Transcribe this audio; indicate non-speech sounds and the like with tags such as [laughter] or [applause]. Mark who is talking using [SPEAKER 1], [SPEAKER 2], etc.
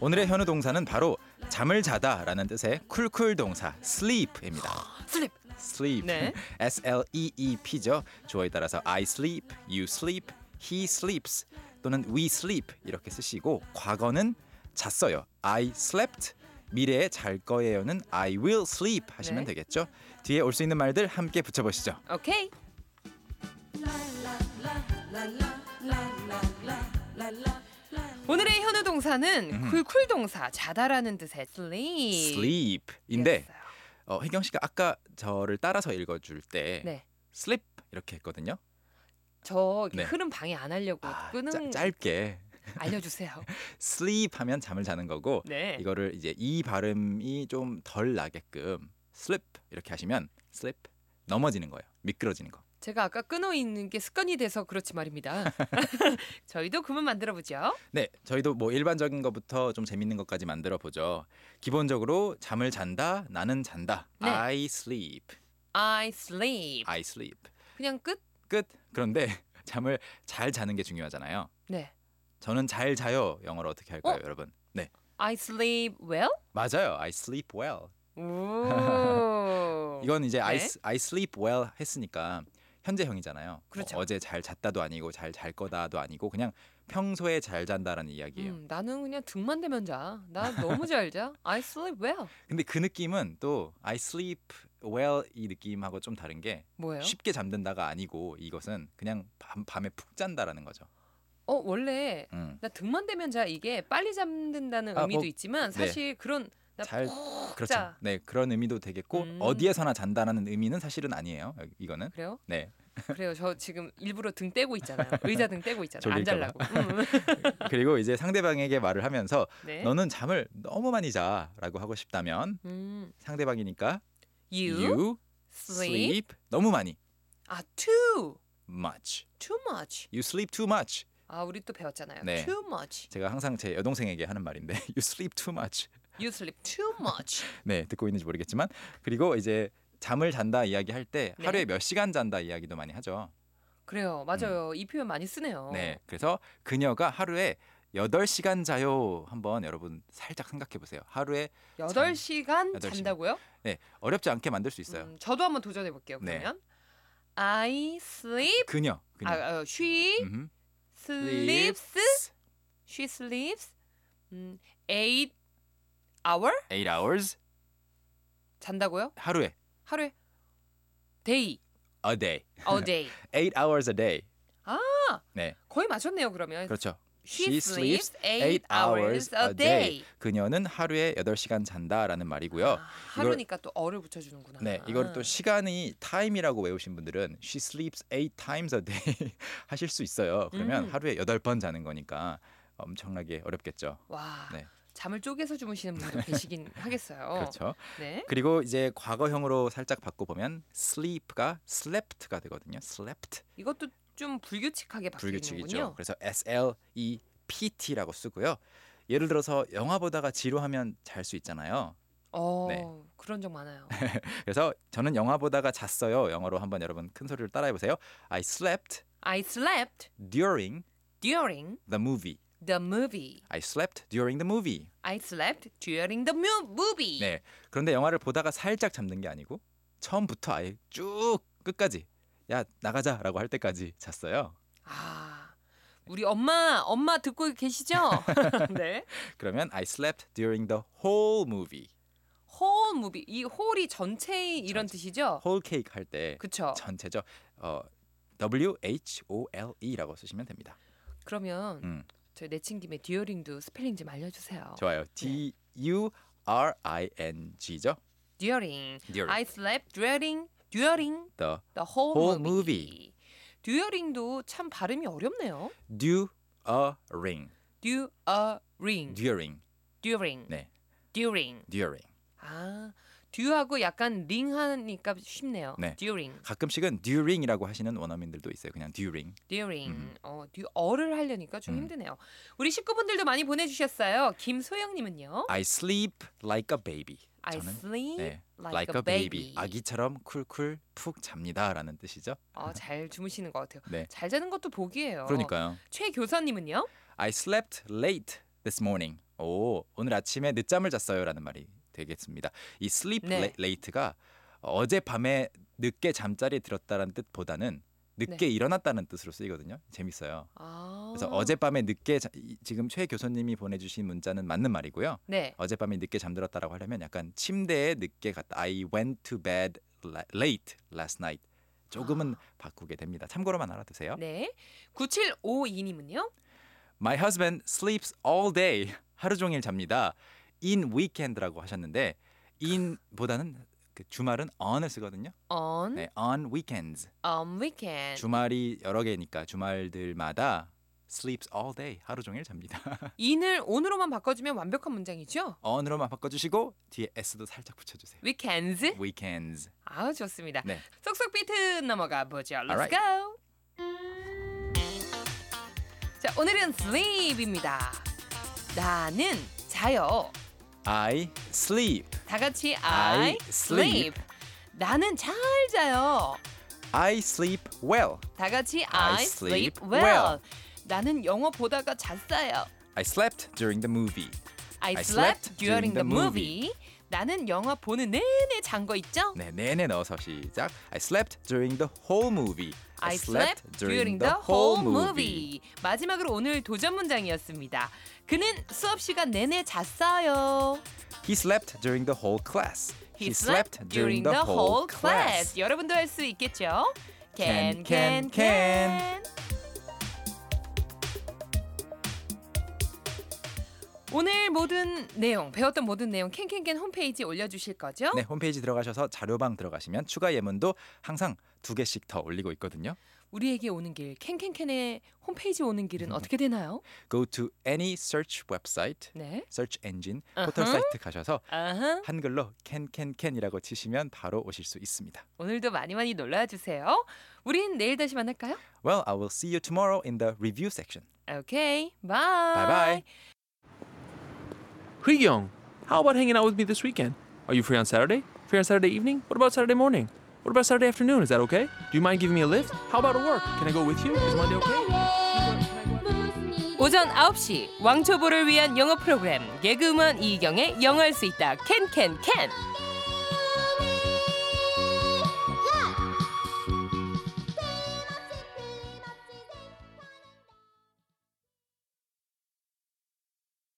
[SPEAKER 1] 오늘의 현우 동사는 바로 잠을 자다라는 뜻의 쿨쿨 동사 sleep입니다.
[SPEAKER 2] 슬립.
[SPEAKER 1] sleep.
[SPEAKER 2] 아, 네.
[SPEAKER 1] [laughs] S L E E P죠. 주어에 따라서 I sleep, you sleep, he sleeps 또는 we sleep 이렇게 쓰시고 과거는 잤어요. I slept. 미래에 잘 거예요는 I will sleep 하시면
[SPEAKER 2] 네.
[SPEAKER 1] 되겠죠. 뒤에 올 수 있는 말들 함께 붙여보시죠.
[SPEAKER 2] 오케이. 오늘의 현우
[SPEAKER 1] 음.
[SPEAKER 2] 동사는 쿨쿨 동사 자다라는 뜻의 sleep.
[SPEAKER 1] sleep인데 어, 혜경 씨가 아까 저를 따라서 읽어줄 때
[SPEAKER 2] 네.
[SPEAKER 1] sleep 이렇게 했거든요.
[SPEAKER 2] 저 이렇게
[SPEAKER 1] 네.
[SPEAKER 2] 흐름 방해 안 하려고
[SPEAKER 1] 아, 짜-
[SPEAKER 2] 끄는
[SPEAKER 1] 짧게
[SPEAKER 2] [laughs]
[SPEAKER 1] [laughs]
[SPEAKER 2] 알려주세요.
[SPEAKER 1] sleep 하면 잠을 자는 거고
[SPEAKER 2] 네.
[SPEAKER 1] 이거를 이제 이 발음이 좀 덜 나게끔 slip 이렇게 하시면 slip 넘어지는 거예요. 미끄러지는 거.
[SPEAKER 2] 제가 아까 끊어 있는 게 습관이 돼서
[SPEAKER 1] [laughs]
[SPEAKER 2] 그렇지 말입니다. [laughs] 저희도 그만 만들어 보죠.
[SPEAKER 1] 네, 저희도 뭐 일반적인 것부터 좀 재밌는 것까지 만들어 보죠. 기본적으로 잠을 잔다, 나는 잔다.
[SPEAKER 2] 네.
[SPEAKER 1] I sleep,
[SPEAKER 2] I sleep.
[SPEAKER 1] I sleep.
[SPEAKER 2] 그냥 끝.
[SPEAKER 1] 끝. 그런데 [laughs] 잠을 잘 자는 게 중요하잖아요.
[SPEAKER 2] 네.
[SPEAKER 1] 저는 잘 자요. 영어로 어떻게 할까요,
[SPEAKER 2] 어?
[SPEAKER 1] 여러분? 네,
[SPEAKER 2] I sleep well.
[SPEAKER 1] 맞아요. I sleep well.
[SPEAKER 2] 오.
[SPEAKER 1] [laughs] 이건 이제 I,
[SPEAKER 2] 네.
[SPEAKER 1] s- I sleep well 했으니까 현재형이잖아요.
[SPEAKER 2] 그렇죠.
[SPEAKER 1] 어, 어제 잘 잤다도 아니고 잘 잘 거다도 아니고 그냥 평소에 잘 잔다라는 이야기예요.
[SPEAKER 2] 음, 나는 그냥 등만 대면 자. 나 너무 잘 자. I sleep well.
[SPEAKER 1] 근데 그 느낌은 또 I sleep well 이 느낌하고 좀 다른 게
[SPEAKER 2] 뭐예요?
[SPEAKER 1] 쉽게 잠든다가 아니고 이것은 그냥 밤, 밤에 푹 잔다라는 거죠.
[SPEAKER 2] 어 원래
[SPEAKER 1] 음.
[SPEAKER 2] 나 등만 대면 자 이게 빨리 잠든다는
[SPEAKER 1] 아,
[SPEAKER 2] 의미도
[SPEAKER 1] 뭐,
[SPEAKER 2] 있지만
[SPEAKER 1] 네.
[SPEAKER 2] 사실 그런 나 어,
[SPEAKER 1] 잘
[SPEAKER 2] 푹
[SPEAKER 1] 그렇죠.
[SPEAKER 2] 자.
[SPEAKER 1] 네 그런 의미도 되겠고
[SPEAKER 2] 음.
[SPEAKER 1] 어디에서나 잔다라는 의미는 사실은 아니에요. 여기- 이거는
[SPEAKER 2] 그래요?
[SPEAKER 1] 네
[SPEAKER 2] 그래요. 저 지금 일부러 등 떼고 있잖아요. 의자 등 떼고 있잖아요. 안
[SPEAKER 1] 졸릴까
[SPEAKER 2] 잘라고.
[SPEAKER 1] [laughs]
[SPEAKER 2] 음.
[SPEAKER 1] 그리고 이제 상대방에게 말을 하면서
[SPEAKER 2] 네.
[SPEAKER 1] 너는 잠을 너무 많이 자라고 하고 싶다면
[SPEAKER 2] 음.
[SPEAKER 1] 상대방이니까
[SPEAKER 2] You,
[SPEAKER 1] you
[SPEAKER 2] sleep.
[SPEAKER 1] sleep 너무 많이
[SPEAKER 2] 아 too
[SPEAKER 1] much
[SPEAKER 2] too much.
[SPEAKER 1] you sleep too much
[SPEAKER 2] 아 우리 또 배웠잖아요.
[SPEAKER 1] 네.
[SPEAKER 2] Too much.
[SPEAKER 1] 제가 항상 제 여동생에게 하는 말인데 [laughs] you sleep too much
[SPEAKER 2] You sleep too much.
[SPEAKER 1] 네 듣고 있는지 모르겠지만 그리고 이제 잠을 잔다 이야기할 때
[SPEAKER 2] 네.
[SPEAKER 1] 하루에 몇 시간 잔다 이야기도 많이 하죠
[SPEAKER 2] 그래요. 맞아요. 이 표현 많이 쓰네요.
[SPEAKER 1] 음. 네 그래서 그녀가 하루에 8시간 자요 한번 여러분 살짝 생각해 보세요 하루에
[SPEAKER 2] 여덟 시간
[SPEAKER 1] 여덟 시간.
[SPEAKER 2] 잔다고요?
[SPEAKER 1] 네 어렵지 않게 만들 수 있어요
[SPEAKER 2] 음, 저도 한번 도전해 볼게요.
[SPEAKER 1] 네.
[SPEAKER 2] 그러면 I sleep
[SPEAKER 1] 그녀 그녀
[SPEAKER 2] 아, 어, she
[SPEAKER 1] 음,
[SPEAKER 2] sleeps she sleeps 음, eight hour
[SPEAKER 1] 8 hours
[SPEAKER 2] 잔다고요?
[SPEAKER 1] 하루에
[SPEAKER 2] 하루에 day
[SPEAKER 1] a day [laughs]
[SPEAKER 2] a day
[SPEAKER 1] 8 hours a day
[SPEAKER 2] 아.
[SPEAKER 1] 네
[SPEAKER 2] 거의 맞췄네요. 그러면
[SPEAKER 1] 그렇죠
[SPEAKER 2] she sleeps eight hours a day.
[SPEAKER 1] 그녀는 하루에 8시간 잔다라는
[SPEAKER 2] 아,
[SPEAKER 1] 말이고요.
[SPEAKER 2] 하루니까 또 어를 붙여주는구나.
[SPEAKER 1] 네, 이걸 또 시간이 time이라고 외우신 분들은 she sleeps eight times a day [laughs] 하실 수 있어요. 그러면
[SPEAKER 2] 음.
[SPEAKER 1] 하루에 8번 자는 거니까 엄청나게 어렵겠죠.
[SPEAKER 2] 와
[SPEAKER 1] 네.
[SPEAKER 2] 잠을 쪼개서 주무시는 분도
[SPEAKER 1] [laughs]
[SPEAKER 2] 계시긴 하겠어요.
[SPEAKER 1] 그렇죠.
[SPEAKER 2] 네.
[SPEAKER 1] 그리고 이제 과거형으로 살짝 바꿔 보면 sleep가 slept가 되거든요. slept
[SPEAKER 2] 이것도 좀 불규칙하게 바뀌는군요.
[SPEAKER 1] 불규칙이죠. 그래서 S L E P T라고 쓰고요. 예를 들어서 영화 보다가 지루하면 잘 수 있잖아요.
[SPEAKER 2] 어,
[SPEAKER 1] 네.
[SPEAKER 2] 그런 적 많아요.
[SPEAKER 1] 그래서 저는 영화 보다가 잤어요. 영어로 한번 여러분 큰 소리로 따라해 보세요. I slept
[SPEAKER 2] I slept
[SPEAKER 1] during
[SPEAKER 2] during
[SPEAKER 1] the movie.
[SPEAKER 2] the movie.
[SPEAKER 1] I slept during the movie.
[SPEAKER 2] I slept during the mu- movie.
[SPEAKER 1] 네. 그런데 영화를 보다가 살짝 잠든 게 아니고 처음부터 아예 쭉 끝까지 야 나가자라고 할 때까지 잤어요.
[SPEAKER 2] 아, 우리 엄마, 엄마 듣고 계시죠? [laughs] 네.
[SPEAKER 1] 그러면 I slept during the whole movie.
[SPEAKER 2] whole movie. 이 whole이 전체 이런 뜻이죠?
[SPEAKER 1] whole cake 할 때
[SPEAKER 2] 어. 그쵸.
[SPEAKER 1] 전체죠. 어, W H O L E라고 쓰시면 됩니다.
[SPEAKER 2] 그러면
[SPEAKER 1] 음.
[SPEAKER 2] 저희 내친 김에 during도 스펠링 좀 알려주세요.
[SPEAKER 1] 좋아요. D U R I N G죠.
[SPEAKER 2] during.
[SPEAKER 1] during
[SPEAKER 2] I slept during during
[SPEAKER 1] the
[SPEAKER 2] the whole,
[SPEAKER 1] Whole
[SPEAKER 2] movie. during도 참 발음이 어렵네요.
[SPEAKER 1] during
[SPEAKER 2] during.
[SPEAKER 1] during
[SPEAKER 2] during.
[SPEAKER 1] 네.
[SPEAKER 2] during.
[SPEAKER 1] during
[SPEAKER 2] 아, 듀하고 약간 링 하니까 쉽네요.
[SPEAKER 1] 네.
[SPEAKER 2] during.
[SPEAKER 1] 가끔씩은 during이라고 하시는 원어민들도 있어요. 그냥 during.
[SPEAKER 2] during.
[SPEAKER 1] 음.
[SPEAKER 2] 어, 듀 어를 하려니까 좀
[SPEAKER 1] 음.
[SPEAKER 2] 힘드네요. 우리 식구분들도 많이 보내 주셨어요. 김소영 님은요.
[SPEAKER 1] I sleep like a baby.
[SPEAKER 2] I
[SPEAKER 1] 아, 저는
[SPEAKER 2] sleep
[SPEAKER 1] 네. like a baby. 아기처럼 쿨쿨 푹 잡니다라는 뜻이죠.
[SPEAKER 2] 어, 잘 주무시는 것 같아요.
[SPEAKER 1] 네.
[SPEAKER 2] 잘 자는 것도
[SPEAKER 1] 어.
[SPEAKER 2] 복이에요.
[SPEAKER 1] 그러니까요.
[SPEAKER 2] 최 교사님은요?
[SPEAKER 1] I slept late this morning. 오, 오늘 아침에 늦잠을 잤어요라는 말이 되겠습니다. 이 sleep
[SPEAKER 2] 네.
[SPEAKER 1] la- late가 어젯밤에 늦게 잠자리에 들었다는 뜻보다는 늦게 일어났다는 뜻으로 쓰이거든요. 재밌어요.
[SPEAKER 2] 아.
[SPEAKER 1] 그래서 네. 어젯밤에 늦게 자- 이- 지금 최 교수님이 보내주신 문자는 맞는 말이고요.
[SPEAKER 2] 네.
[SPEAKER 1] 어젯밤에 늦게 잠들었다라고 하려면 약간 침대에 늦게 갔다. I went to bed la- late last night. 조금은
[SPEAKER 2] 아.
[SPEAKER 1] 바꾸게 됩니다. 참고로만 알아두세요.
[SPEAKER 2] 네. 9752님은요?
[SPEAKER 1] My husband sleeps all day. 하루 종일 잡니다. In weekend라고 하셨는데 in보다는 그 주말은 on을 쓰거든요.
[SPEAKER 2] On
[SPEAKER 1] 네, on weekends.
[SPEAKER 2] on weekend.
[SPEAKER 1] 주말이 여러 개니까 주말들마다 sleeps all day. 하루 종일 잡니다. [laughs]
[SPEAKER 2] in을 on으로만 바꿔주면 완벽한 문장이죠?
[SPEAKER 1] on으로만 바꿔주시고 뒤에 s도 살짝 붙여주세요.
[SPEAKER 2] weekends.
[SPEAKER 1] weekends.
[SPEAKER 2] 아우 좋습니다.
[SPEAKER 1] 네.
[SPEAKER 2] 쏙쏙 비트 넘어가 보죠. Let's
[SPEAKER 1] Alright.
[SPEAKER 2] go. 자 오늘은 sleep입니다. 나는 자요.
[SPEAKER 1] I sleep.
[SPEAKER 2] 다 같이
[SPEAKER 1] I
[SPEAKER 2] I, sleep. 나는 잘 자요.
[SPEAKER 1] I sleep well.
[SPEAKER 2] 다 같이
[SPEAKER 1] I
[SPEAKER 2] I, sleep,
[SPEAKER 1] sleep
[SPEAKER 2] well.
[SPEAKER 1] well.
[SPEAKER 2] 나는 영화 보다가 잤어요.
[SPEAKER 1] I slept during the movie.
[SPEAKER 2] I,
[SPEAKER 1] I
[SPEAKER 2] slept
[SPEAKER 1] slept
[SPEAKER 2] during
[SPEAKER 1] during
[SPEAKER 2] the
[SPEAKER 1] the
[SPEAKER 2] movie. 나는 영화 보는 내내 잔 거 있죠?
[SPEAKER 1] 네, 내내 넣어서 시작. I slept during the whole movie.
[SPEAKER 2] I slept during the whole movie. 마지막으로 오늘 도전 문장이었습니다. 그는 수업 시간 내내 잤어요.
[SPEAKER 1] He slept during the whole class.
[SPEAKER 2] He slept during the whole class. 여러분도 할 수 있겠죠? Can
[SPEAKER 1] Can,
[SPEAKER 2] can
[SPEAKER 1] can,
[SPEAKER 2] can. 오늘 모든 내용 배웠던 모든 내용 캔캔캔 홈페이지 올려주실 거죠?
[SPEAKER 1] 네, 홈페이지 들어가셔서 자료방 들어가시면 추가 예문도 항상 두 개씩 더 올리고 있거든요.
[SPEAKER 2] 우리에게 오는 길 캔캔캔의 홈페이지 오는 길은 어떻게 되나요?
[SPEAKER 1] Go to any search website,
[SPEAKER 2] 네.
[SPEAKER 1] search engine,
[SPEAKER 2] Uh-huh.
[SPEAKER 1] 포털 사이트 가셔서
[SPEAKER 2] 아하.
[SPEAKER 1] 한글로 캔캔캔이라고 치시면 바로 오실 수 있습니다.
[SPEAKER 2] 오늘도 많이 많이 놀러와 주세요. 우린 내일 다시 만날까요?
[SPEAKER 1] Well, I will see you tomorrow in the review section.
[SPEAKER 2] 오케이. 바이.
[SPEAKER 1] 바이바이.
[SPEAKER 3] Young, how about hanging out with me this weekend? Are you free on Saturday? Free on Saturday evening? What about Saturday morning? What about Saturday afternoon? Is that okay? Do you mind giving me a lift? How about at work? Can I go with you? Is Monday okay?
[SPEAKER 2] 오전 9시 왕초보를 위한 영어 프로그램 개그우먼 이경의 영어할 수 있다 캔캔캔